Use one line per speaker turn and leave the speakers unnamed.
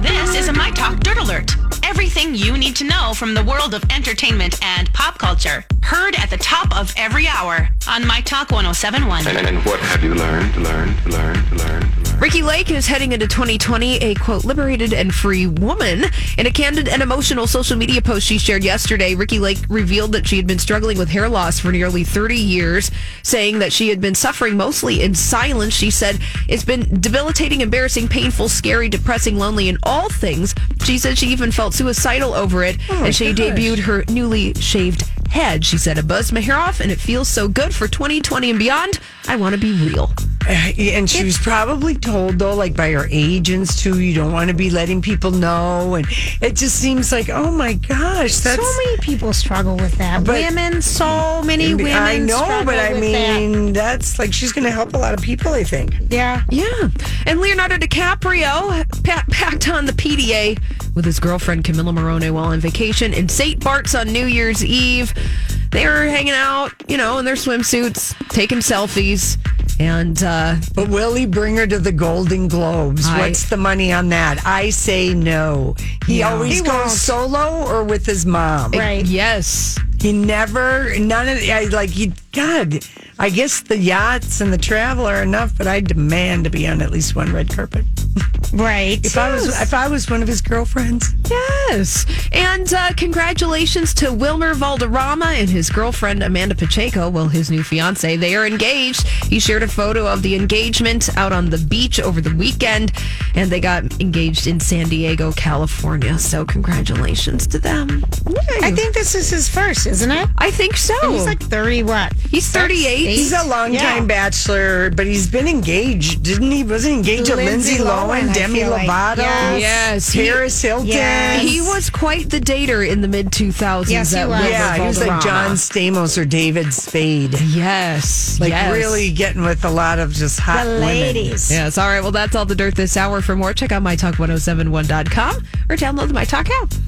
This is a My Talk Dirt Alert. Everything you need to know from the world of entertainment and pop culture. Heard at the top of every hour on My Talk 1071.
And, and what have you learned, learned, learned, learned, learned?
Ricky Lake is heading into 2020 a quote liberated and free woman. In a candid and emotional social media post she shared yesterday, Ricky Lake revealed that she had been struggling with hair loss for nearly 30 years, saying that she had been suffering mostly in silence. She said, It's been debilitating, embarrassing, painful, scary, depressing, lonely, and all things. She said she even felt suicidal over it, and she debuted her newly shaved head. She said, I buzzed my hair off, and it feels so good for 2020 and beyond. I want to be real.
Yeah, And she was probably told though, like by her agents too, you don't want to be letting people know. And it just seems like, oh my gosh, that's
so many people struggle with that.
But-
women, so many women.
I know,
struggle
but I
with
mean, that's like she's going to help a lot of people. I think.
that. yeah.
Yeah. And Leonardo DiCaprio pa- packed on the PDA with his girlfriend Camilla Morone while on vacation in St. Bart's on New Year's Eve. They were hanging out, you know, in their swimsuits, taking selfies. And uh,
But will he bring her to the Golden Globes?
I-
What's the money on that? I say no. He always
He
goes
won't.
solo or with his mom.
Right.
yes,
He never none of I like he God. I guess the yachts and the travel are enough, but I demand to be on at least one red carpet.
Right.
If I was if I was one of his girlfriends,
yes. And uh, congratulations to Wilmer Valderrama and his girlfriend Amanda Pacheco. Well, his new fiance. They are engaged. He shared a photo of the engagement out on the beach over the weekend, and they got engaged in San Diego, California. So congratulations to them.
I think this is his first, isn't it?
I think so.
Oh.
And he's like 30, what?
He's 38.
he's a long
Yeah.
time bachelor, but he's been engaged, didn't he? Wasn't he engaged to
Lindsay
Lindsay Lohan,
Lohan, I
Demi
feel like.
Lovato,
Yes.
Yes, he-
Paris Hilton.
Yes.
He was quite the dater in the mid 2000s.
Yes, he
that
was.
Wilmer
Yeah, he was like
Valderrama.
John Stamos or David Spade.
Yes,
Like
yes.
really getting with a lot of just hot
The
women.
ladies.
Yes. oh All right. Well, that's all the dirt this hour. For more, check out mytalk1071.com or download the My Talk app.